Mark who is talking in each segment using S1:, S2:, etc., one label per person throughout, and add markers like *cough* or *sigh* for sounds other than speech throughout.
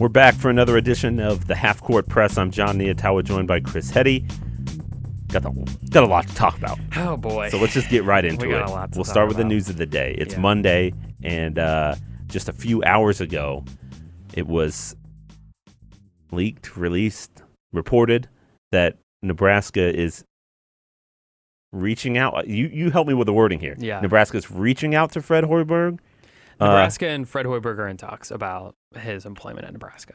S1: We're back for another edition of the Half Court Press. I'm John Niatawa, joined by Chris Hetty. Got the, got a lot to talk about,
S2: Oh boy.
S1: so let's just get right into
S2: *laughs* We got
S1: it.
S2: a lot to
S1: we'll
S2: talk
S1: start with the
S2: about.
S1: news of the day. It's
S2: Yeah.
S1: Monday, and uh, just a few hours ago, it was leaked, released, reported that Nebraska is reaching out. uh, You you help me with the wording here.
S2: Yeah.
S1: Nebraska's reaching out to Fred Hoiberg. Uh,
S2: Nebraska and Fred Hoiberg are in talks about his employment at Nebraska.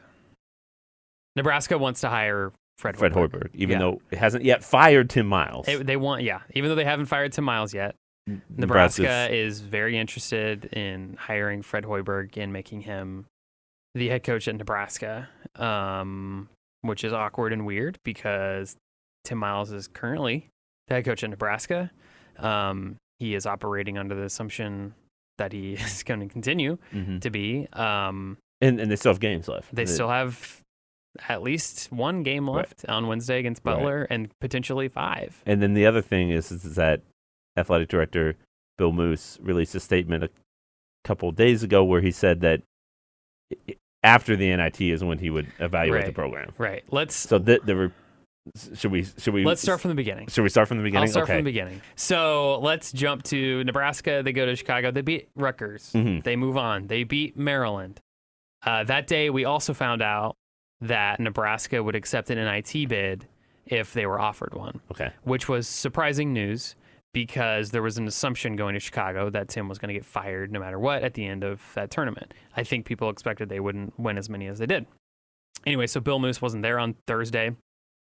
S2: Nebraska wants to hire Fred.
S1: Fred Hoiberg, even
S2: Yeah.
S1: though it hasn't yet fired Tim Miles.
S2: They, they want, yeah. Even though they haven't fired Tim Miles yet,
S1: Nebraska's-
S2: Nebraska is very interested in hiring Fred Hoiberg and making him the head coach at Nebraska, um, which is awkward and weird because Tim Miles is currently the head coach at Nebraska. Um, he is operating under the assumption that he *laughs* is going to continue
S1: Mhm.
S2: to be. Um,
S1: and and they still have games left.
S2: mm-hmm. they still have at least one game
S1: Right.
S2: left on Wednesday against
S1: Right.
S2: Butler and potentially five.
S1: And then the other thing is, is that athletic director Bill Moose released a statement a couple days ago where he said that i- after the NIT is when he would evaluate the
S2: Right.
S1: program.
S2: Right. Let's
S1: So the, the re- should we should we
S2: let's start from the beginning.
S1: should we start from the beginning?
S2: I'll start
S1: okay.
S2: from the beginning. So let's jump to Nebraska. They go to Chicago. They beat Rutgers.
S1: Mhm.
S2: They move on. They beat Maryland. Uh, that day, we also found out that Nebraska would accept an NIT bid if they were offered one,
S1: Okay.
S2: which was surprising news because there was an assumption going to Chicago that Tim was going to get fired no matter what at the end of that tournament. I think people expected they wouldn't win as many as they did. Anyway, so Bill Moose wasn't there on Thursday,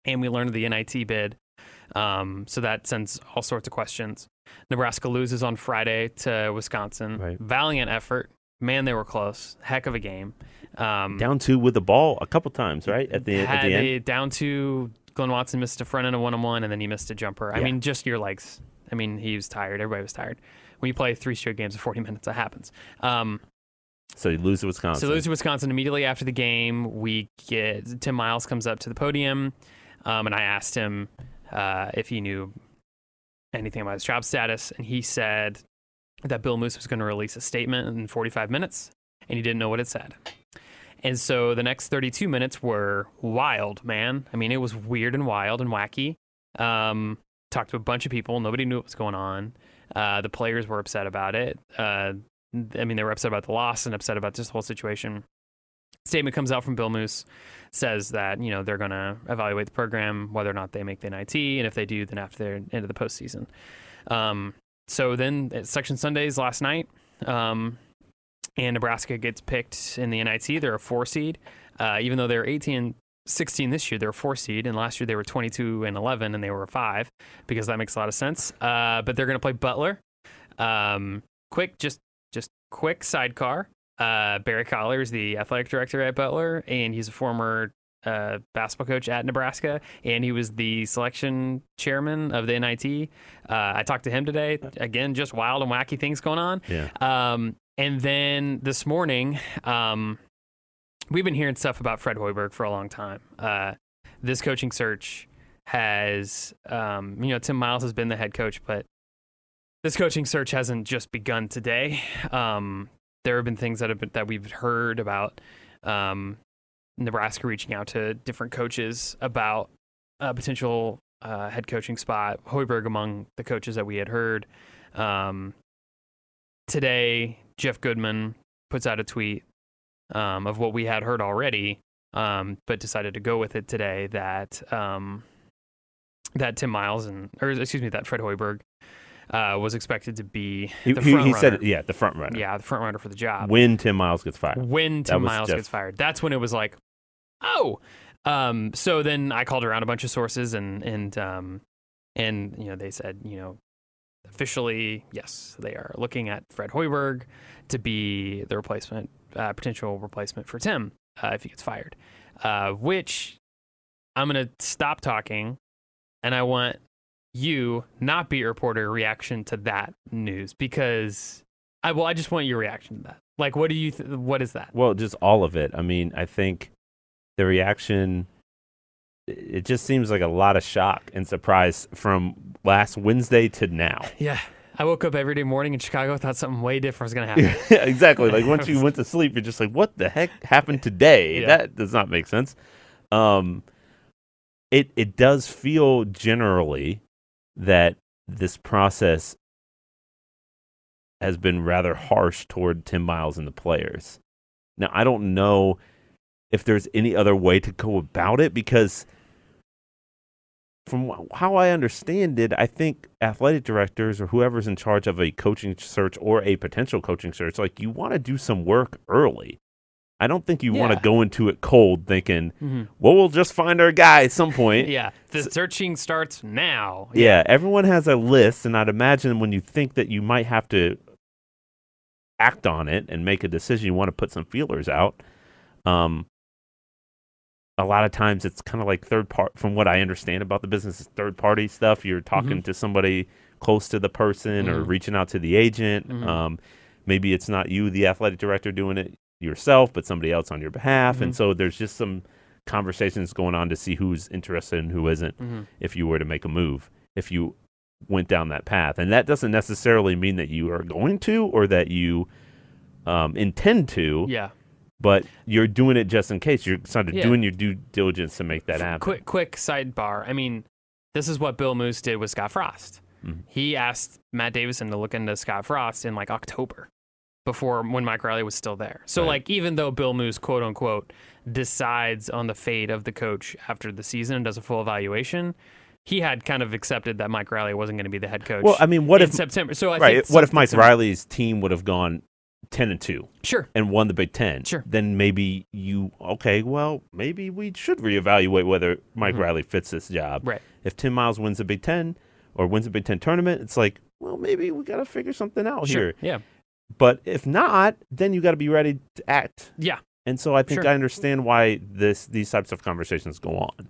S2: and we learned of the NIT bid. Um, so that sends all sorts of questions. Nebraska loses on Friday to Wisconsin.
S1: Right.
S2: Valiant effort. Man, they were close. Heck of a game. Um,
S1: Down two with the ball a couple times, right? At the at
S2: had
S1: the end.
S2: a down to Glenn Watson missed a front end of one on one, and then he missed a jumper. I
S1: Yeah.
S2: mean, just your legs. I mean, he was tired. Everybody was tired. When you play three straight games of 40 minutes, that happens. Um,
S1: So you lose to Wisconsin.
S2: so lose to Wisconsin immediately after the game. We get Tim Miles comes up to the podium, um, and I asked him uh, if he knew anything about his job status, and he said that Bill Moose was going to release a statement in 45 minutes, and he didn't know what it said. And so the next 32 minutes were wild, man. I mean, it was weird and wild and wacky. Um, talked to a bunch of people. Nobody knew what was going on. Uh, the players were upset about it. Uh, I mean, they were upset about the loss and upset about this whole situation. Statement comes out from Bill Moose, says that you know they're going to evaluate the program, whether or not they make the NIT, and if they do, then after the end of the postseason. Um, so then, at Section Sundays last night, um, and Nebraska gets picked in the NIT. They're a four seed, uh, even though they're 18 and 16 this year. They're a four seed, and last year they were 22 and 11, and they were a five because that makes a lot of sense. Uh, but they're going to play Butler. Um, quick, just just quick sidecar. Uh, Barry Collar is the athletic director at Butler, and he's a former uh, basketball coach at Nebraska, and he was the selection chairman of the NIT. Uh, I talked to him today. Again, just wild and wacky things going on.
S1: Yeah.
S2: Um, and then this morning, um, we've been hearing stuff about Fred Hoiberg for a long time. Uh, this coaching search has, um, you know, Tim Miles has been the head coach, but this coaching search hasn't just begun today. Um, there have been things that have been, that we've heard about um, Nebraska reaching out to different coaches about a potential uh, head coaching spot. Hoiberg among the coaches that we had heard. Um, today, Jeff Goodman puts out a tweet um, of what we had heard already, um, but decided to go with it today that um, that Tim Miles and or excuse me that Fred Hoiberg uh, was expected to be
S1: he,
S2: the
S1: he-
S2: front
S1: he said,
S2: runner.
S1: it- yeah, the front runner.
S2: yeah the front runner for the job
S1: When Tim Miles gets fired.
S2: when
S1: That
S2: Tim
S1: was
S2: Miles
S1: Jeff.
S2: gets fired. That's when it was like, oh. Um, so then I called around a bunch of sources and and um, and you know they said you know officially yes they are looking at Fred Hoiberg to be the replacement uh, potential replacement for Tim uh, if he gets fired. Uh, which I'm gonna stop talking, and I want you not be a reporter reaction to that news because I well I just want your reaction to that. Like what do you th- what is that?
S1: Well, just all of it. I mean, I think the reaction it just seems like a lot of shock and surprise from last Wednesday to now. *laughs*
S2: Yeah. I woke up every day morning in Chicago, thought something way different was going
S1: *laughs*
S2: to happen.
S1: Yeah, exactly. Like once you went to sleep, you're just like, what the heck happened today?
S2: Yeah.
S1: That does not make sense. Um, it it does feel generally that this process has been rather harsh toward Tim Miles and the players. Now I don't know if there's any other way to go about it because from wh- how I understand it, I think athletic directors or whoever's in charge of a coaching search or a potential coaching search, like you want to do some work early. I don't think you want to
S2: Yeah.
S1: go into it cold thinking,
S2: Mhm.
S1: well, we'll just find our guy at some point. yeah.
S2: Yeah. The searching starts now.
S1: everyone has a list, and I'd imagine when you think that you might have to act on it and make a decision, you want to put some feelers out. Um, a lot of times it's kind of like third part from what I understand about the business is third party stuff. You're talking to somebody close to the person or
S2: Mhm.
S1: reaching out to the agent.
S2: Mhm.
S1: Um, maybe it's not you, the athletic director, doing it yourself, but somebody else on your behalf. And so there's just some conversations going on to see who's interested and who isn't
S2: Mhm.
S1: if you were to make a move, if you went down that path. And that doesn't necessarily mean that you are going to or that you um, intend to,
S2: Yeah.
S1: but you're doing it just in case. You're sort of
S2: Yeah.
S1: doing your due diligence to make that
S2: F-
S1: happen.
S2: Quick, quick sidebar. I mean, this is what Bill Moose did with Scott Frost.
S1: Mhm.
S2: He asked Matt Davison to look into Scott Frost in like October, before when Mike Riley was still there. So
S1: Right.
S2: like, even though Bill Moose, quote unquote, decides on the fate of the coach after the season and does a full evaluation, he had kind of accepted that Mike Riley wasn't going to be the head coach.
S1: Well, I mean, what
S2: in
S1: if
S2: September? So I
S1: right?
S2: think
S1: What if
S2: something
S1: Mike
S2: similar-
S1: Riley's team would have gone ten and two
S2: Sure.
S1: and won the Big Ten?
S2: Sure.
S1: Then maybe you okay? Well, maybe we should reevaluate whether Mike
S2: Mhm.
S1: Riley fits this job.
S2: Right.
S1: If Tim Miles wins the Big Ten or wins the Big Ten tournament, it's like, well, maybe we got to figure something out
S2: Sure.
S1: here.
S2: Yeah.
S1: But if not, then you got to be ready to act.
S2: Yeah.
S1: And so I think
S2: Sure.
S1: I understand why this these types of conversations go on.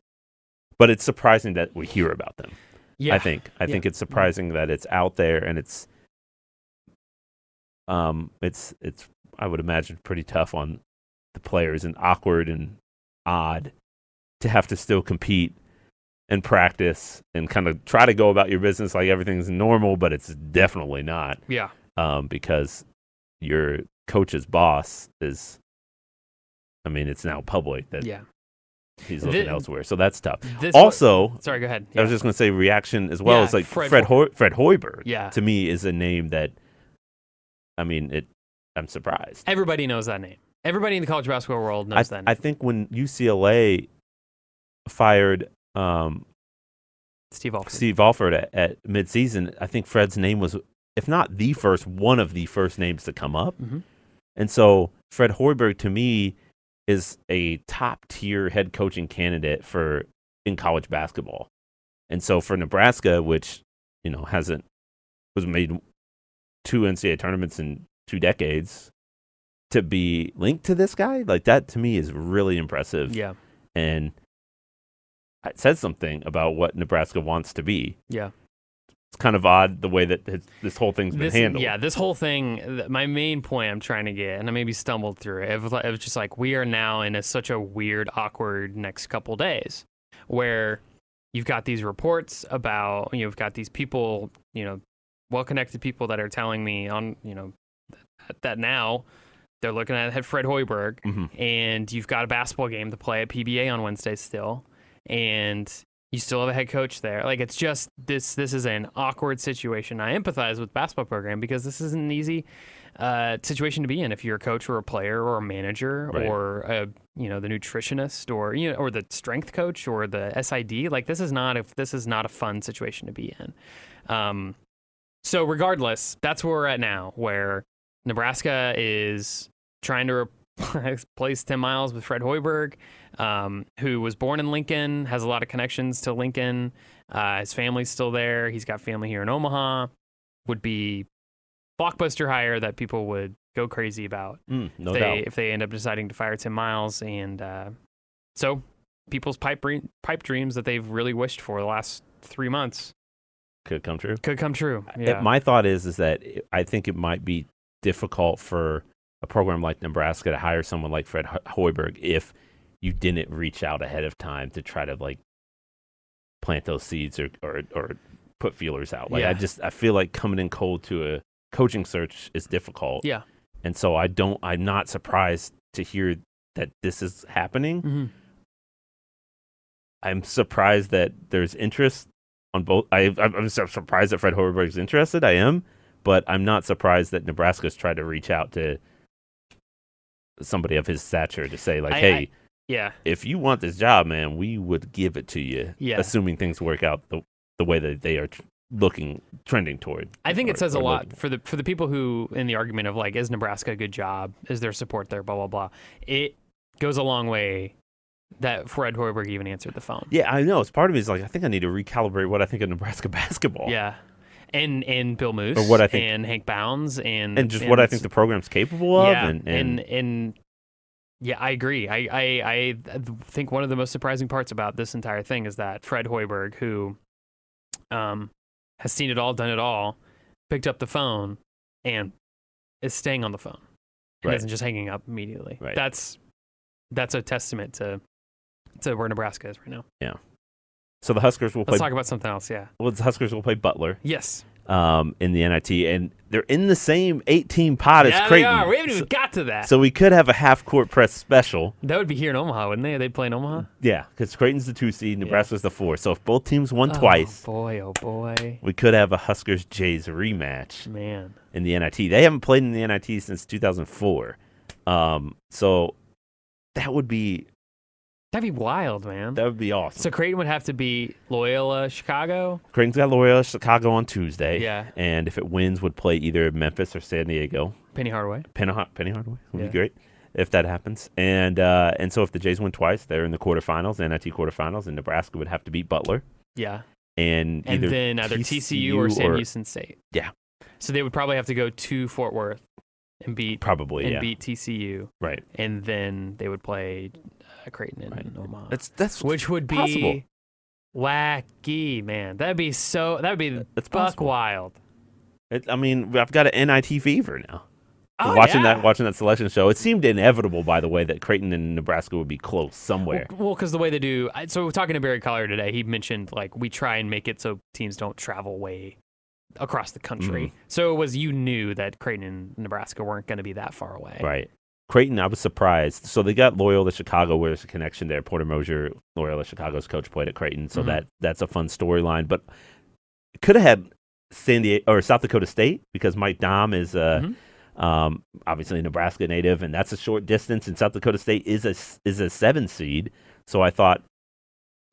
S1: But it's surprising that we hear about them.
S2: Yeah.
S1: I think. I
S2: Yeah. Mm-hmm.
S1: think it's surprising that it's out there and it's um it's it's I would imagine pretty tough on the players and awkward and odd to have to still compete and practice and kind of try to go about your business like everything's normal, but it's definitely not
S2: Yeah.
S1: um, because your coach's boss is. I mean, it's now public that
S2: Yeah.
S1: he's looking
S2: Thi-
S1: elsewhere, so that's tough.
S2: This
S1: also,
S2: sorry. Go ahead.
S1: I was
S2: Yeah.
S1: just going to say reaction as well
S2: Yeah,
S1: as like
S2: Fred
S1: Fred Fred, Ho- Fred Hoiberg.
S2: Yeah.
S1: to me is a name that, I mean, it. I'm surprised.
S2: Everybody knows that name. Everybody in the college basketball world
S1: I,
S2: knows that name.
S1: I think when UCLA fired um,
S2: Steve Alford.
S1: Steve Alford at, at midseason, I think Fred's name was, if not the first, one of the first names to come up.
S2: Mhm.
S1: And so Fred Hoiberg to me is a top tier head coaching candidate for in college basketball. And so for Nebraska, which, you know, hasn't was made two NCAA tournaments in two decades, to be linked to this guy, like that to me is really impressive
S2: Yeah.
S1: and it says something about what Nebraska wants to be.
S2: Yeah.
S1: It's kind of odd the way that his, this whole thing's been
S2: This,
S1: handled.
S2: yeah, this whole thing, th- my main point I'm trying to get, and I maybe stumbled through it, it was, like- it was just like we are now in a, such a weird, awkward next couple days where you've got these reports about, you've got these people, you know, well connected people that are telling me on, you know, that, that now they're looking at Fred Hoiberg
S1: Mhm.
S2: and you've got a basketball game to play at PBA on Wednesday still, and you still have a head coach there. Like it's just this this is an awkward situation. I empathize with the basketball program because this isn't an easy uh, situation to be in if you're a coach or a player or a manager
S1: Right.
S2: or a, you know the nutritionist or you know or the strength coach or the SID. Like this is not a this is not a fun situation to be in. Um, so regardless, that's where we're at now, where Nebraska is trying to *laughs* replace Tim Miles with Fred Hoiberg, um, who was born in Lincoln, has a lot of connections to Lincoln. Uh, his family's still there. He's got family here in Omaha. Would be blockbuster hire that people would go crazy about
S1: Mm, no
S2: if, they,
S1: doubt.
S2: if they end up deciding to fire Tim Miles. And uh, so people's pipe re- pipe dreams that they've really wished for the last three months
S1: Could come true.
S2: could come true.
S1: I-
S2: Yeah.
S1: my thought is is that it, I think it might be difficult for a program like Nebraska to hire someone like Fred Ho- Hoiberg if you didn't reach out ahead of time to try to like plant those seeds or or, or put feelers out. Like I
S2: Yeah.
S1: just I feel like coming in cold to a coaching search is difficult.
S2: Yeah.
S1: And so I don't I'm not surprised to hear that this is happening.
S2: hmm
S1: I'm surprised that there's interest on both. I, I'm I'm sur- surprised that Fred Hoiberg's interested. I am, but I'm not surprised that Nebraska's tried to reach out to somebody of his stature to say like,
S2: I-
S1: "Hey,
S2: I- Yeah.
S1: if you want this job, man, we would give it to you."
S2: Yeah.
S1: assuming things work out the the way that they are tr- looking trending toward.
S2: I think
S1: or-
S2: it says a
S1: or
S2: lot
S1: looking.
S2: for the for the people who in the argument of like is Nebraska a good job? Is there support there? Blah blah blah. It goes a long way that Fred Hoiberg even answered the phone.
S1: Yeah, I know. It's part of me is like I think I need to recalibrate what I think of Nebraska *laughs* basketball.
S2: Yeah. And and Bill Moose
S1: Or what I think-
S2: and Hank Bounds and
S1: And just what I think the program's capable of,
S2: yeah,
S1: and, and,
S2: and yeah, I agree. I, I I th- think one of the most surprising parts about this entire thing is that Fred Hoiberg, who um has seen it all, done it all, picked up the phone and is staying on the phone. and
S1: Right.
S2: isn't just hanging up immediately.
S1: Right.
S2: That's that's a testament to to where Nebraska is right now.
S1: so the Huskers will play.
S2: Let's talk about something else. Yeah.
S1: well, the Huskers will play Butler.
S2: Yes.
S1: um, in the NIT, and they're in the same 18 pot
S2: yeah,
S1: as
S2: they
S1: Creighton.
S2: are. We haven't
S1: so,
S2: even got to that.
S1: so we could have a half court press special.
S2: that would be here in Omaha, wouldn't they? They play in Omaha.
S1: Yeah, because Creighton's the two seed, Nebraska's the four. So if both teams won
S2: Oh,
S1: twice,
S2: boy, oh boy,
S1: we could have a Huskers Jays rematch
S2: man.
S1: in the NIT. They haven't played in the NIT since 2004. Um, so that would be
S2: That'd be wild, man.
S1: that would be awesome.
S2: so Creighton would have to be Loyola Chicago.
S1: Creighton's got Loyola Chicago on Tuesday.
S2: Yeah.
S1: And if it wins, would play either Memphis or San Diego.
S2: Penny Hardaway.
S1: Penny, Hard- Penny Hardaway would
S2: Yeah.
S1: be great if that happens. And uh, and so if the Jays win twice, they're in the quarterfinals, the NIT quarterfinals, and Nebraska would have to beat Butler.
S2: Yeah.
S1: And,
S2: And
S1: either
S2: then either TCU or Sam Houston State.
S1: Yeah.
S2: So they would probably have to go to Fort Worth and beat
S1: Probably,
S2: and
S1: yeah.
S2: beat TCU,
S1: right.
S2: and then they would play uh, Creighton and
S1: Right.
S2: Omaha.
S1: That's that's
S2: which would be
S1: possible.
S2: wacky, man. That'd be so. That'd be
S1: that's
S2: buck
S1: possible.
S2: wild.
S1: It, I mean, I've got an NIT fever now.
S2: Oh,
S1: watching
S2: yeah.
S1: that watching that selection show, it seemed inevitable, by the way, that Creighton and Nebraska would be close somewhere.
S2: Well, because the way they do. I- So we're talking to Barry Collier today. He mentioned like we try and make it so teams don't travel way across the country.
S1: Mm-hmm.
S2: So it was you knew that Creighton and Nebraska weren't going to be that far away.
S1: Right. Creighton, I was surprised. So they got Loyola Chicago, where there's a connection there. Porter Mosier, Loyola Chicago's coach, played at Creighton, so
S2: Mhm.
S1: that that's a fun storyline. But could have had San Diego or South Dakota State because Mike Dom is uh,
S2: Mm-hmm.
S1: um, obviously a Nebraska native, and that's a short distance. And South Dakota State is a s- is a seven seed, so I thought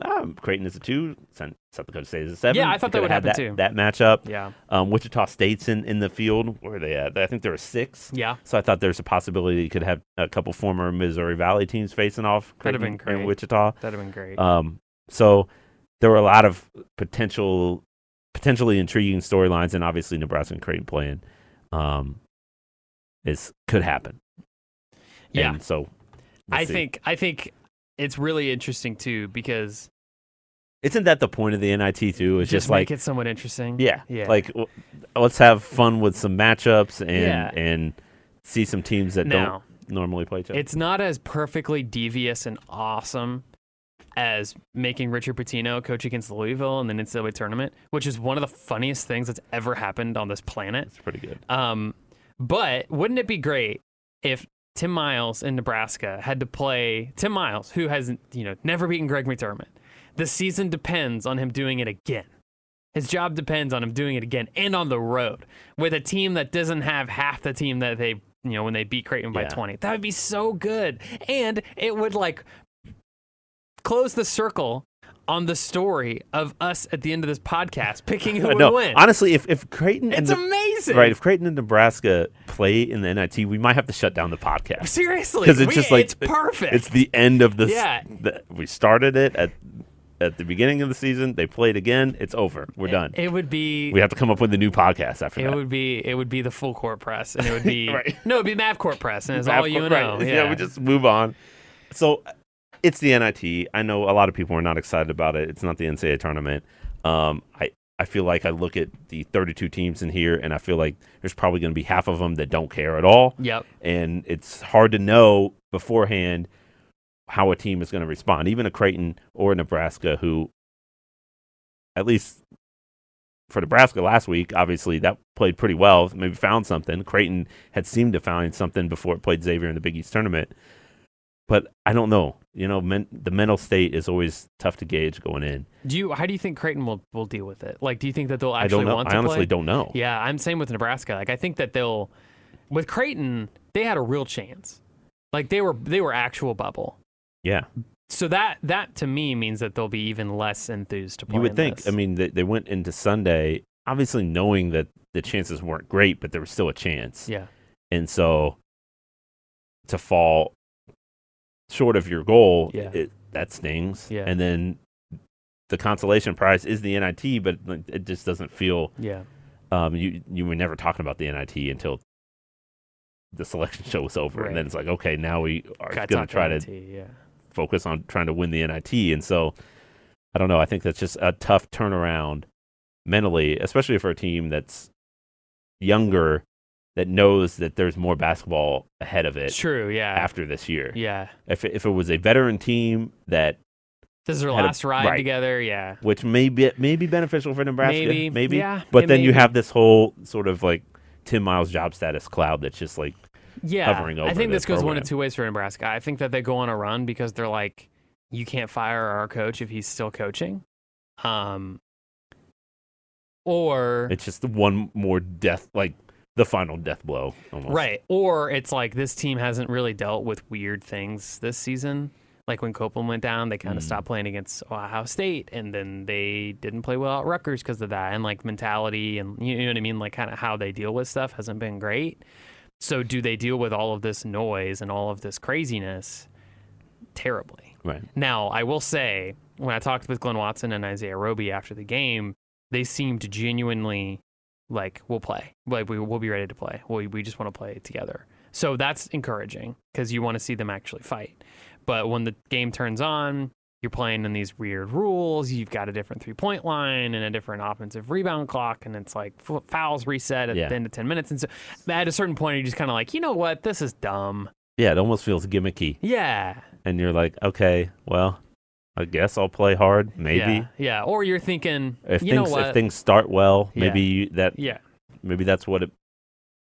S1: ah, Creighton is a two, San- South Dakota State is a seven.
S2: Yeah, I
S1: We
S2: thought that
S1: could
S2: would
S1: have had
S2: happen
S1: that, too. That matchup,
S2: Yeah.
S1: um, Wichita State's in in the field. Where are they at? I think there were six.
S2: Yeah.
S1: So I thought there's a possibility you could have a couple former Missouri Valley teams facing off.
S2: That'd
S1: Creighton
S2: have been
S1: And
S2: great.
S1: Wichita.
S2: That'd have been great.
S1: Um, so there were a lot of potential, potentially intriguing storylines, and obviously Nebraska and Creighton playing um, is could happen.
S2: yeah.
S1: And so we'll
S2: I
S1: see.
S2: think. I think it's really interesting too because
S1: isn't that the point of the NIT too? Is just,
S2: just
S1: like
S2: make it somewhat interesting.
S1: yeah,
S2: Yeah.
S1: like w- let's have fun with some matchups and
S2: Yeah.
S1: and see some teams that
S2: now
S1: don't normally play each other.
S2: it's not as perfectly devious and awesome as making Richard Pitino coach against Louisville in the NCAA tournament, which is one of the funniest things that's ever happened on this planet.
S1: It's pretty good.
S2: Um, but wouldn't it be great if Tim Miles in Nebraska had to play Tim Miles, who has you know never beaten Greg McDermott? The season depends on him doing it again. His job depends on him doing it again and on the road with a team that doesn't have half the team that they you know when they beat Creighton by
S1: Yeah.
S2: 20. That would be so good, and it would like close the circle on the story of us at the end of this
S1: *laughs*
S2: podcast picking who would
S1: no,
S2: win.
S1: honestly, if if Creighton and
S2: it's
S1: the,
S2: amazing,
S1: Right. If Creighton and Nebraska play in the NIT, we might have to shut down the podcast
S2: Seriously,
S1: because it's
S2: we-
S1: just like
S2: it's perfect.
S1: It's the end of this.
S2: Yeah.
S1: the- we started it at at the beginning of the season. They played again. It's over. We're done.
S2: it would be
S1: we have to come up with a new podcast after
S2: it
S1: that.
S2: would be it would be the full court press, and it would be
S1: *laughs* Right.
S2: no, it'd be Mav court press, and it's all
S1: Of
S2: you
S1: course, *laughs*
S2: know.
S1: right.
S2: Yeah,
S1: we just move on. So it's the NIT. I know a lot of people are not excited about it. It's not the NCAA tournament. Um, I I feel like I look at the 32 teams in here, and I feel like there's probably going to be half of them that don't care at all.
S2: yep,
S1: and it's hard to know beforehand how a team is going to respond. Even a Creighton or a Nebraska, who at least for Nebraska last week, obviously that played pretty well. Maybe found something. Creighton had seemed to find something before it played Xavier in the Big East tournament. But I don't know. You know, men, the mental state is always tough to gauge going in.
S2: Do you? How do you think Creighton will, will deal with it? Like, do you think that they'll
S1: I
S2: actually
S1: don't know.
S2: want
S1: I
S2: to
S1: honestly
S2: play?
S1: don't know.
S2: Yeah, I'm same with Nebraska. Like I think that they'll with Creighton, they had a real chance. Like they were they were actual bubble.
S1: Yeah.
S2: So that that to me means that they'll be even less enthused to play.
S1: You would
S2: in
S1: think.
S2: this.
S1: I mean, they, they went into Sunday obviously knowing that the chances weren't great, but there was still a chance.
S2: yeah,
S1: And so to fall short of your goal,
S2: Yeah.
S1: it, that stings.
S2: Yeah.
S1: And then the consolation prize is the NIT, but like, it just doesn't feel
S2: yeah,
S1: um, you you were never talking about the NIT until the selection show was over, and then
S2: Right.
S1: it's like okay, now we are
S2: Got
S1: going to
S2: Taka
S1: try to
S2: NT, yeah,
S1: focus on trying to win the NIT. And so I don't know. I think that's just a tough turnaround mentally, especially for a team that's younger that knows that there's more basketball ahead of it
S2: true, yeah,
S1: after this year.
S2: yeah.
S1: If it- if it was a veteran team that
S2: This is their
S1: Had a-
S2: last ride
S1: right.
S2: together, yeah.
S1: which may be may be beneficial for Nebraska,
S2: Maybe,
S1: maybe,
S2: yeah,
S1: but
S2: it
S1: then you
S2: may
S1: have this whole sort of like Tim Miles job status cloud that's just like
S2: yeah,
S1: hovering
S2: I
S1: over
S2: think
S1: the
S2: this goes one
S1: program.
S2: of two ways for Nebraska. I think that they go on a run because they're like, you can't fire our coach if he's still coaching, um, or
S1: it's just the one more death, like the final death blow, almost.
S2: right, or it's like this team hasn't really dealt with weird things this season. Like when Copeland went down, they kind of
S1: Mm.
S2: stopped playing against Ohio State, and then they didn't play well at Rutgers because of that. And like mentality, and you know what I mean, like kind of how they deal with stuff hasn't been great. So do they deal with all of this noise and all of this craziness terribly?
S1: right.
S2: Now, I will say, when I talked with Glenn Watson and Isaiah Roby after the game, they seemed genuinely like, we'll play. Like, we, we'll be ready to play. We, we just want to play together. So that's encouraging because you want to see them actually fight. But when the game turns on, you're playing in these weird rules. You've got a different three point line and a different offensive rebound clock. And it's like f- fouls reset at
S1: Yeah.
S2: the end of 10 minutes. And so at a certain point, you're just kind of like, you know what? This is dumb.
S1: Yeah, it almost feels gimmicky.
S2: Yeah.
S1: and you're like, okay, well, I guess I'll play hard, maybe.
S2: Yeah, yeah. Or you're thinking,
S1: If
S2: you
S1: things
S2: know what?
S1: if things start well,
S2: Yeah.
S1: maybe you, that
S2: yeah,
S1: maybe that's what it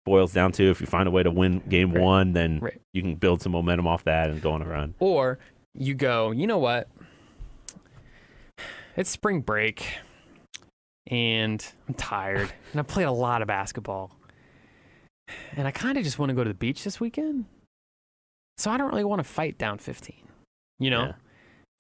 S1: boils down to. If you find a way to win game
S2: Right.
S1: one, then
S2: Right.
S1: you can build some momentum off that and go on a run.
S2: or you go, you know what? It's spring break, and I'm
S1: *laughs*
S2: tired, and I played a lot of basketball, and I kind of just want to go to the beach this weekend. So I don't really want to fight down 15, you know.
S1: Yeah.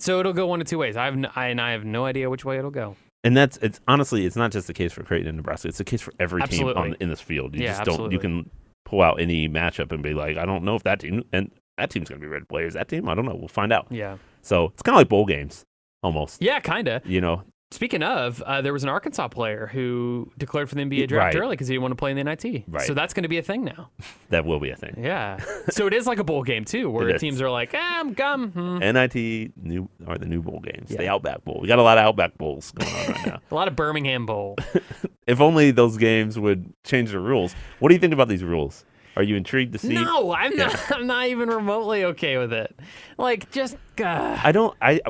S2: So it'll go one of two ways. I've n- I, and I have no idea which way it'll go.
S1: And that's it's honestly it's not just the case for Creighton and Nebraska. It's the case for every team on,
S2: Absolutely.
S1: in this field. You
S2: Yeah,
S1: just don't you can pull out any matchup and be like, I don't know if that team and that team's gonna be red players. That team, I don't know. We'll find out.
S2: Yeah,
S1: So it's kind of like bowl games, almost.
S2: yeah, kind of.
S1: You know,
S2: Speaking of, uh, there was an Arkansas player who declared for the NBA draft
S1: Right.
S2: early because he didn't want to play in the NIT.
S1: Right.
S2: So that's going to be a thing now.
S1: that will be a thing.
S2: Yeah. so it is like a bowl game too, where
S1: It is.
S2: teams are like, ah, I'm gum. Hmm.
S1: NIT new are the new bowl games. The
S2: Yeah.
S1: Outback Bowl. We got a lot of Outback Bowls going on right now.
S2: A lot of Birmingham Bowl.
S1: If only those games would change the rules. What do you think about these rules? Are you intrigued to see?
S2: no, I'm not. I'm not even remotely okay with it. Like, just uh,
S1: I don't. I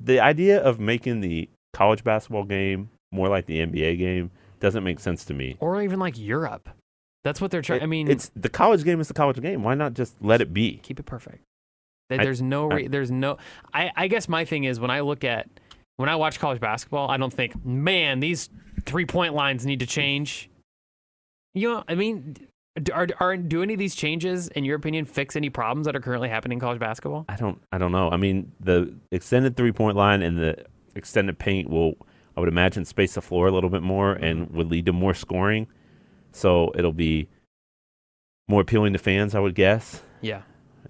S1: the idea of making the college basketball game more like the NBA game doesn't make sense to me.
S2: or even like Europe. That's what they're trying.
S1: It-
S2: I mean,
S1: it's the college game is the college game. Why not just let it be?
S2: keep it perfect. There-
S1: I-
S2: There's no.
S1: I-
S2: Re- there's no. I, I guess my thing is when I look at when I watch college basketball, I don't think, man, these three point lines need to change. You know, I mean, d- are, are do any of these changes, in your opinion, fix any problems that are currently happening in college basketball?
S1: I don't. I don't know. I mean, the extended three point line and the extended paint will, I would imagine, space the floor a little bit more and would lead to more scoring. So it'll be more appealing to fans, I would guess.
S2: Yeah.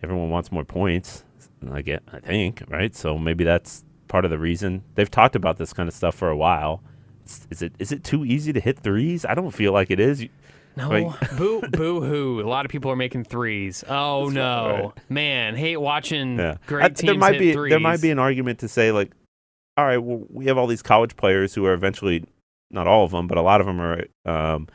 S1: Everyone wants more points. I get. I think right. So maybe that's part of the reason they've talked about this kind of stuff for a while. It's, is it is it too easy to hit threes? I don't feel like it is. You-
S2: No.
S1: Like-
S2: boo boo hoo. A lot of people are making threes. Oh
S1: That's
S2: no.
S1: right.
S2: Man, hate watching
S1: Yeah.
S2: Mm, great
S1: I-
S2: teams
S1: there might
S2: hit
S1: be
S2: threes.
S1: there might be an argument to say like, all right, well, we have all these college players who are eventually not all of them, but a lot of them are um,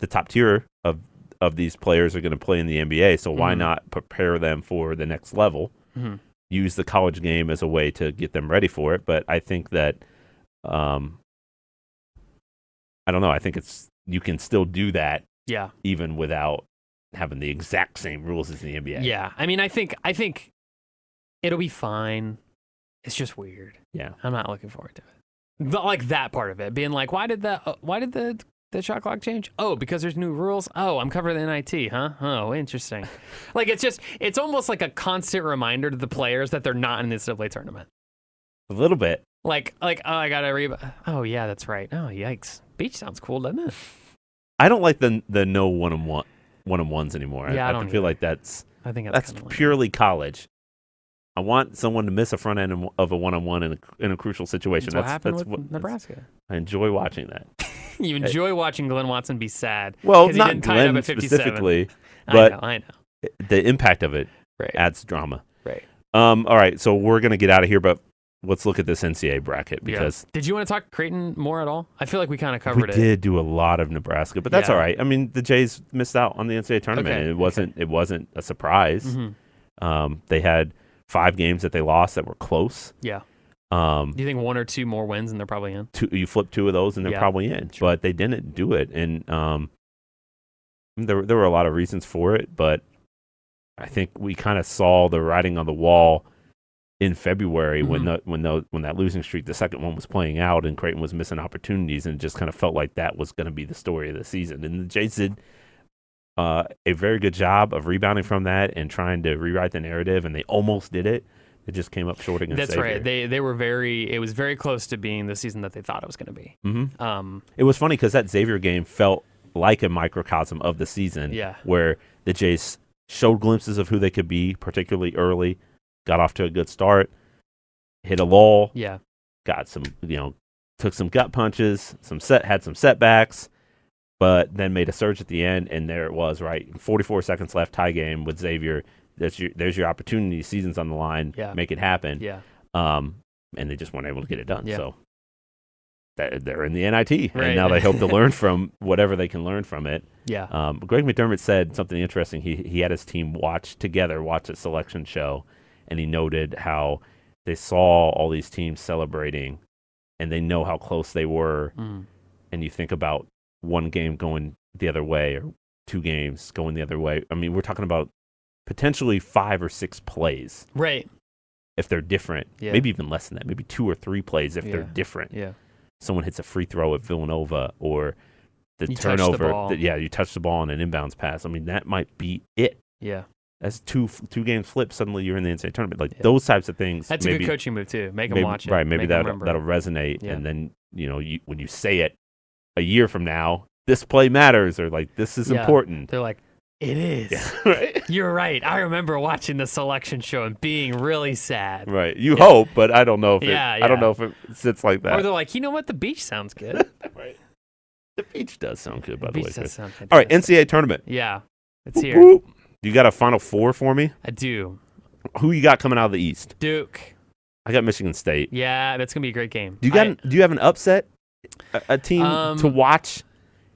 S1: the top tier of of these players are going to play in the NBA. So why
S2: Mhm.
S1: not prepare them for the next level?
S2: Mhm.
S1: Use the college game as a way to get them ready for it. But I think that um, I don't know. I think it's you can still do that
S2: Yeah.
S1: even without having the exact same rules as the
S2: yeah.
S1: NBA.
S2: I mean, I think I think it'll be fine. It's just weird.
S1: Yeah.
S2: I'm not looking forward to it. Not like that part of it being like, why did the uh, why did the the shot clock change? Oh, because there's new rules. Oh, I'm covering the NIT, huh? Oh, interesting.
S1: *laughs*
S2: like it's just it's almost like a constant reminder to the players that they're not in the NCAA tournament.
S1: A little bit.
S2: Like like oh, I gotta re. Oh yeah, that's right. Oh yikes. Beach sounds cool, doesn't it?
S1: I don't like the the no one on one one on ones anymore.
S2: Yeah, I don't
S1: feel like that's
S2: I think that's,
S1: that's
S2: kinda lame.
S1: purely college. I want someone to miss a front end of- of a one on one in a in a crucial situation.
S2: That's what happened
S1: that's
S2: with
S1: what- that's- *laughs*
S2: Nebraska.
S1: I enjoy watching that.
S2: You enjoy watching Glenn Watson be sad.
S1: Well,
S2: 'Cause he
S1: not
S2: didn't tie it up
S1: Glenn
S2: at 57.
S1: specifically,
S2: I
S1: But-
S2: know, I know.
S1: the impact of it
S2: Right.
S1: adds drama.
S2: Right.
S1: Um. All right, so we're gonna get out of here, but let's look at this NCAA bracket
S2: Yeah.
S1: because
S2: Did you want to talk Creighton more at all? I feel like we kind
S1: we
S2: of covered it.
S1: did do a lot of Nebraska, but that's
S2: Yeah.
S1: all right. I mean, the Jays missed out on the NCAA tournament.
S2: Okay,
S1: and It
S2: okay.
S1: wasn't. It wasn't a surprise.
S2: Mhm.
S1: Um, they had five games that they lost that were close.
S2: Yeah.
S1: Um,
S2: Do you think one or two more wins and they're probably in?
S1: two, you flip two of those and they're
S2: Yeah,
S1: probably in. But they didn't do it, and um, there there were a lot of reasons for it. But I think we kind of saw the writing on the wall in February when
S2: Mhm.
S1: the when the when that losing streak, the second one was playing out, and Creighton was missing opportunities, and it just kind of felt like that was going to be the story of the season. And the Jays did. Uh, a very good job of rebounding from that and trying to rewrite the narrative, and they almost did it. It just came up short against.
S2: That's right. They they were very. It was very close to being the season that they thought it was going to be.
S1: hmm
S2: Um.
S1: It was funny because that Xavier game felt like a microcosm of the season,
S2: Yeah.
S1: where the Jays showed glimpses of who they could be, particularly early, got off to a good start, hit a lull,
S2: Yeah.
S1: got some, you know, took some gut punches, some set, had some setbacks, but then made a surge at the end, and there it was, right, 44 seconds left, tie game with Xavier. That's your, there's your opportunity. Season's on the line.
S2: Yeah.
S1: Make it happen.
S2: Yeah.
S1: Um, and they just weren't able to get it done.
S2: Yeah.
S1: So that, they're in the NIT,
S2: Right.
S1: and now they hope to
S2: *laughs*
S1: learn from whatever they can learn from it.
S2: Yeah.
S1: Um, Greg McDermott said something interesting. He he had his team watch together, watch a selection show, and he noted how they saw all these teams celebrating, and they know how close they were.
S2: Mm.
S1: And you think about one game going the other way, or two games going the other way. I mean, we're talking about potentially five or six plays
S2: Right.
S1: if they're different,
S2: Yeah.
S1: maybe even less than that, maybe two or three plays if they're
S2: Yeah.
S1: different.
S2: Yeah.
S1: Someone hits a free throw at Villanova or the
S2: You touch the
S1: turnover.
S2: ball.
S1: yeah, you touch the ball on an inbounds pass. I mean, that might be it.
S2: Yeah.
S1: That's two f- two games flip. Suddenly you're in the NCAA tournament. Like
S2: Yeah.
S1: those types of things.
S2: That's a
S1: maybe,
S2: good coaching move too. Make them
S1: maybe-
S2: watch it.
S1: Right. Maybe
S2: Make 'em
S1: that'll,
S2: remember.
S1: that'll resonate.
S2: Yeah.
S1: And then, you know, you, when you say it a year from now, this play matters or like this is
S2: Yeah.
S1: important.
S2: They're like, it
S1: *laughs*
S2: is.
S1: Yeah, right.
S2: *laughs* You're right. I remember watching the selection show and being really sad.
S1: Right. You hope, but I don't know if it,
S2: Yeah,
S1: I don't
S2: yeah.
S1: know if it sits like
S2: Or
S1: that.
S2: they're like, you know what? The beach
S1: *laughs*
S2: sounds good.
S1: right. The beach does sound good, by
S2: the
S1: the
S2: beach
S1: way.
S2: does
S1: Chris.
S2: sound
S1: All right,
S2: fantastic.
S1: NCAA tournament.
S2: Yeah. It's here.
S1: Whoop, whoop. You got a Final Four for me?
S2: I do.
S1: Who you got coming out of the East?
S2: Duke.
S1: I got Michigan State.
S2: Yeah, that's gonna be a great game.
S1: Do you got?
S2: I,
S1: an- do you have an upset? A, a team
S2: Um,
S1: to watch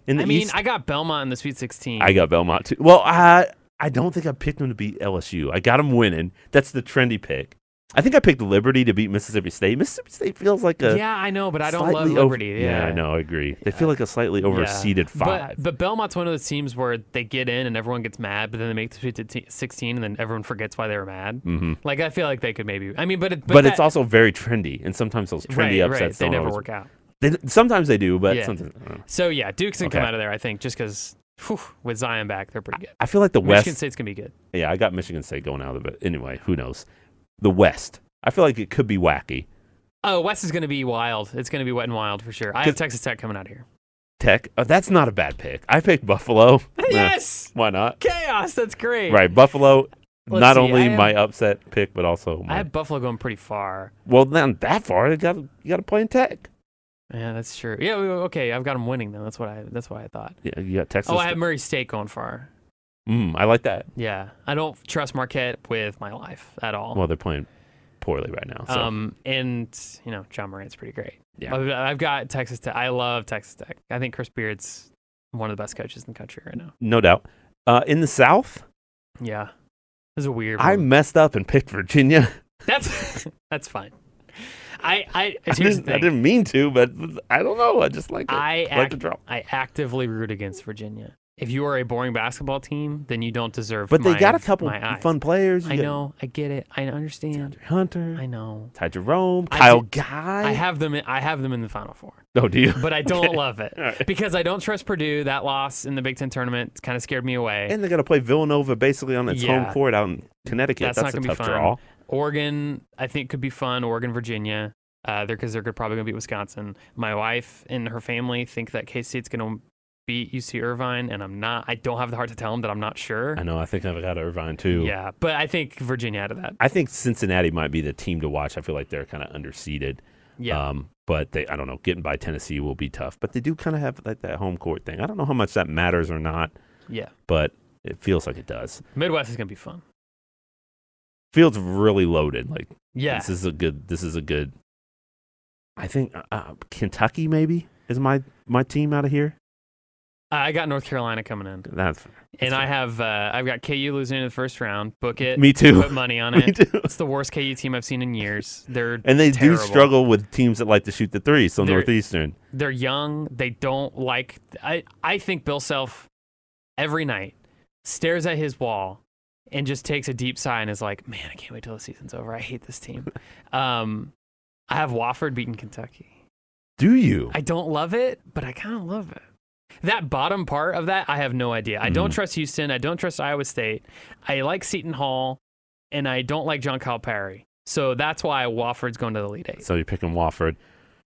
S1: in the
S2: I mean,
S1: East?
S2: I got Belmont in the Sweet 16.
S1: I got Belmont too. Well, I I don't think I picked them to beat LSU. I got them winning. That's the trendy pick. I think I picked Liberty to beat Mississippi State. Mississippi State feels like a
S2: yeah, I know, but I don't love
S1: slightly over-
S2: Liberty. yeah.
S1: I know. I agree. They feel like a slightly
S2: Yeah.
S1: overseeded five.
S2: But, but Belmont's one of those teams where they get in and everyone gets mad, but then they make the Sweet 16 16 and then everyone forgets why they were mad.
S1: Mhm.
S2: Like I feel like they could maybe. I mean, but it, but,
S1: But, it's
S2: that-
S1: also very trendy, and sometimes those trendy
S2: right, right.
S1: upsets
S2: They
S1: don't
S2: never
S1: always-
S2: work out.
S1: They, sometimes they do, but
S2: Yeah.
S1: sometimes. I don't know.
S2: So yeah, Duke's gonna come
S1: Okay.
S2: out of there. I think just because with Zion back, they're pretty good.
S1: I feel like the West.
S2: Michigan State's gonna be good.
S1: yeah, I got Michigan State going out of it. Anyway, who knows? The West. I feel like it could be wacky.
S2: Oh, West is gonna be wild. It's gonna be wet and wild for sure. I have Texas Tech coming out
S1: *laughs*
S2: of here.
S1: Tech. uh, that's not a bad pick. I picked Buffalo.
S2: *laughs*
S1: Eh,
S2: Yes,
S1: why not?
S2: chaos. That's great.
S1: Right, Buffalo.
S2: Let's
S1: not
S2: see,
S1: only
S2: I have-
S1: my upset pick, but also
S2: I
S1: my,
S2: have Buffalo going pretty far.
S1: well, not that far. You got you got to play in Tech.
S2: Yeah, that's true. Yeah, we- okay. I've got them winning though. That's what I. That's what I thought.
S1: Yeah, you got Texas.
S2: Oh, I have Murray State going far.
S1: mm, I like that.
S2: Yeah, I don't trust Marquette with my life at all.
S1: Well, they're playing poorly right now. So
S2: um, and you know John Morant's pretty great.
S1: Yeah.
S2: I've, I've got Texas Tech. I love Texas Tech. I think Chris Beard's one of the best coaches in the country right now.
S1: no doubt. Uh, in the South,
S2: Yeah, this is a weird.
S1: I
S2: one. *laughs*
S1: messed up and picked Virginia.
S2: That's that's fine. I,
S1: *laughs*
S2: I,
S1: I
S2: here's the
S1: didn't, I
S2: thing.
S1: didn't mean to, but I don't know. I just like it.
S2: I
S1: like
S2: act-
S1: the drop.
S2: I actively root against Virginia. If you are a boring basketball team, then you don't deserve.
S1: But they
S2: my-
S1: got a couple
S2: my eyes.
S1: fun players. You
S2: I
S1: got
S2: know. I get it. I understand.
S1: DeAndre Hunter,
S2: I know.
S1: Ty Jerome,
S2: I
S1: Kyle
S2: did-
S1: Guy.
S2: I have them. In, I have them in the final four,
S1: no, do
S2: *laughs*
S1: you? *laughs*
S2: but I don't love it
S1: All right.
S2: because I don't trust Purdue. That loss in the Big Ten tournament kind of scared me away.
S1: *laughs* And they got to play Villanova basically on its
S2: Yeah.
S1: home court out in Connecticut.
S2: That's
S1: That's, a
S2: not gonna be
S1: tough
S2: fun.
S1: draw.
S2: Oregon, I think, could be fun. Oregon, Virginia, uh, they're because they're good- probably going to beat Wisconsin. My wife and her family think that K State's going to beat UC Irvine, and I'm not. I don't have the heart to tell them that I'm not sure.
S1: I know. I think I've got Irvine too.
S2: Yeah, but I think Virginia out of that.
S1: I think Cincinnati might be the team to watch. I feel like they're kind of underseeded.
S2: Yeah,
S1: Um, but they, I don't know, getting by Tennessee will be tough. But they do kind of have like that home court thing. I don't know how much that matters or not,
S2: yeah.
S1: but it feels like it does.
S2: Midwest is going to be fun.
S1: Feels really loaded. Like
S2: Yeah,
S1: this is a good. This is a good. I think uh, uh, Kentucky maybe is my my team out of here.
S2: I got North Carolina coming in,
S1: That's
S2: and I have uh, I've got KU losing in the first round. Book it.
S1: me too.
S2: Put money on
S1: *laughs* me
S2: it.
S1: too.
S2: *laughs* It's the worst KU team I've seen in years.
S1: *laughs*
S2: They're
S1: And they
S2: Terrible.
S1: do struggle with teams that like to shoot the three. So
S2: They're-
S1: Northeastern,
S2: they're young. They don't like. I I think Bill Self every night stares at his wall and just takes a deep sigh and is like, "Man, I can't wait till the season's over. I hate this team." um, I have Wofford beating Kentucky.
S1: do you?
S2: I don't love it, but I kind of love it. That bottom part of that, I have no idea. I don't
S1: Mhm.
S2: trust Houston. I don't trust Iowa State. I like Seton Hall, and I don't like John Calipari. So that's why Wofford's going to the lead eight.
S1: so you're picking Wofford.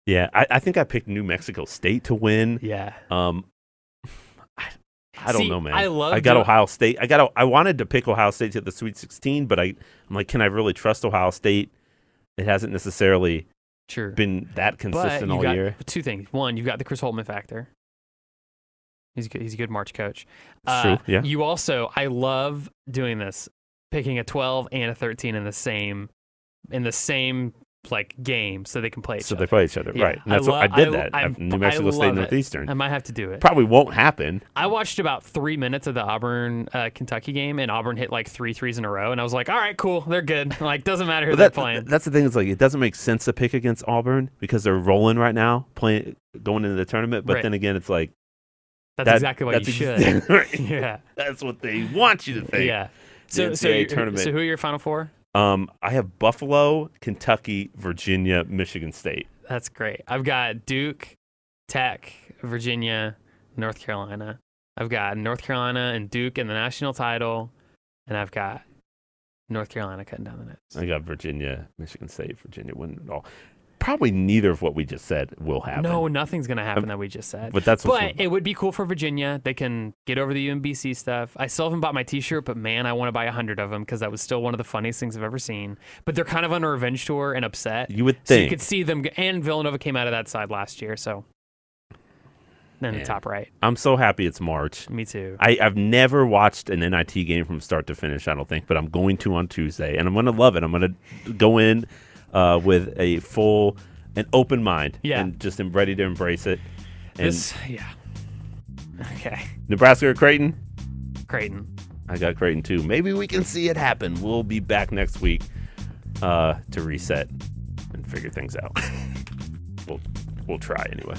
S1: Yeah, I, I think I picked New Mexico State to win.
S2: Yeah,
S1: Um, *sighs* I, I don't
S2: See,
S1: know, man.
S2: I love
S1: I got
S2: doing-
S1: Ohio State. I got. I wanted to pick Ohio State to the Sweet 16, but I, I'm like, can I really trust Ohio State? It hasn't necessarily
S2: sure.
S1: been that
S2: but
S1: consistent
S2: you
S1: all
S2: got
S1: year.
S2: two things. One, you've got the Chris Holtman factor. He's a good, he's a good March coach. Uh,
S1: It's true, yeah.
S2: You also, I love doing this, picking a 12 and a 13 in the same, in the same like game, so they can play. Each
S1: So
S2: other.
S1: they play each other,
S2: Yeah,
S1: right? And
S2: I
S1: that's what
S2: lo-
S1: I did.
S2: I-
S1: that
S2: I'm-
S1: at New Mexico
S2: I
S1: State
S2: love it.
S1: Northeastern
S2: I might have to do it.
S1: probably won't happen.
S2: I watched about three minutes of the Auburn uh, Kentucky game, and Auburn hit like three threes in a row, and I was like, "All right, cool, they're good. *laughs* Like, doesn't matter who
S1: But
S2: they're
S1: that,
S2: playing."
S1: that's the thing. Is like it doesn't make sense to pick against Auburn because they're rolling right now, playing going into the tournament. But
S2: Right.
S1: then again, it's like
S2: That's
S1: that-
S2: exactly what
S1: that's
S2: you
S1: *laughs*
S2: should. *laughs*
S1: ex- right.
S2: yeah,
S1: That's what they want you to think.
S2: yeah. So, so,
S1: NCAA
S2: you-
S1: tournament.
S2: so who are your final four?
S1: Um, I have Buffalo, Kentucky, Virginia, Michigan State.
S2: That's great. I've got Duke, Tech, Virginia, North Carolina. I've got North Carolina and Duke in the national title, and I've got North Carolina cutting down the nets.
S1: I got Virginia, Michigan State, Virginia winning it all. Probably neither of what we just said will happen.
S2: No, nothing's gonna happen that we just said.
S1: but that's what's
S2: But it would be cool for Virginia. They can get over the UMBC stuff. I still haven't bought my T-shirt, but man, I want to buy a hundred of them because that was still one of the funniest things I've ever seen. But they're kind of on a revenge tour and upset,
S1: you would
S2: so you
S1: think.
S2: could see them. g- And Villanova came out of that side last year, so then the
S1: Yeah.
S2: top right.
S1: I'm so happy it's March.
S2: Me too.
S1: I, I've never watched an NIT game from start to finish. I don't think, but I'm going to on Tuesday, and I'm going to love it. I'm going to go in uh, with a full, an open mind,
S2: Yeah.
S1: and just am ready to embrace it. And
S2: This, yeah. *laughs* Okay,
S1: Nebraska or Creighton?
S2: Creighton.
S1: I got Creighton too. Maybe we can see it happen. We'll be back next week uh, to *laughs* reset and figure things out. we'll we'll try anyway.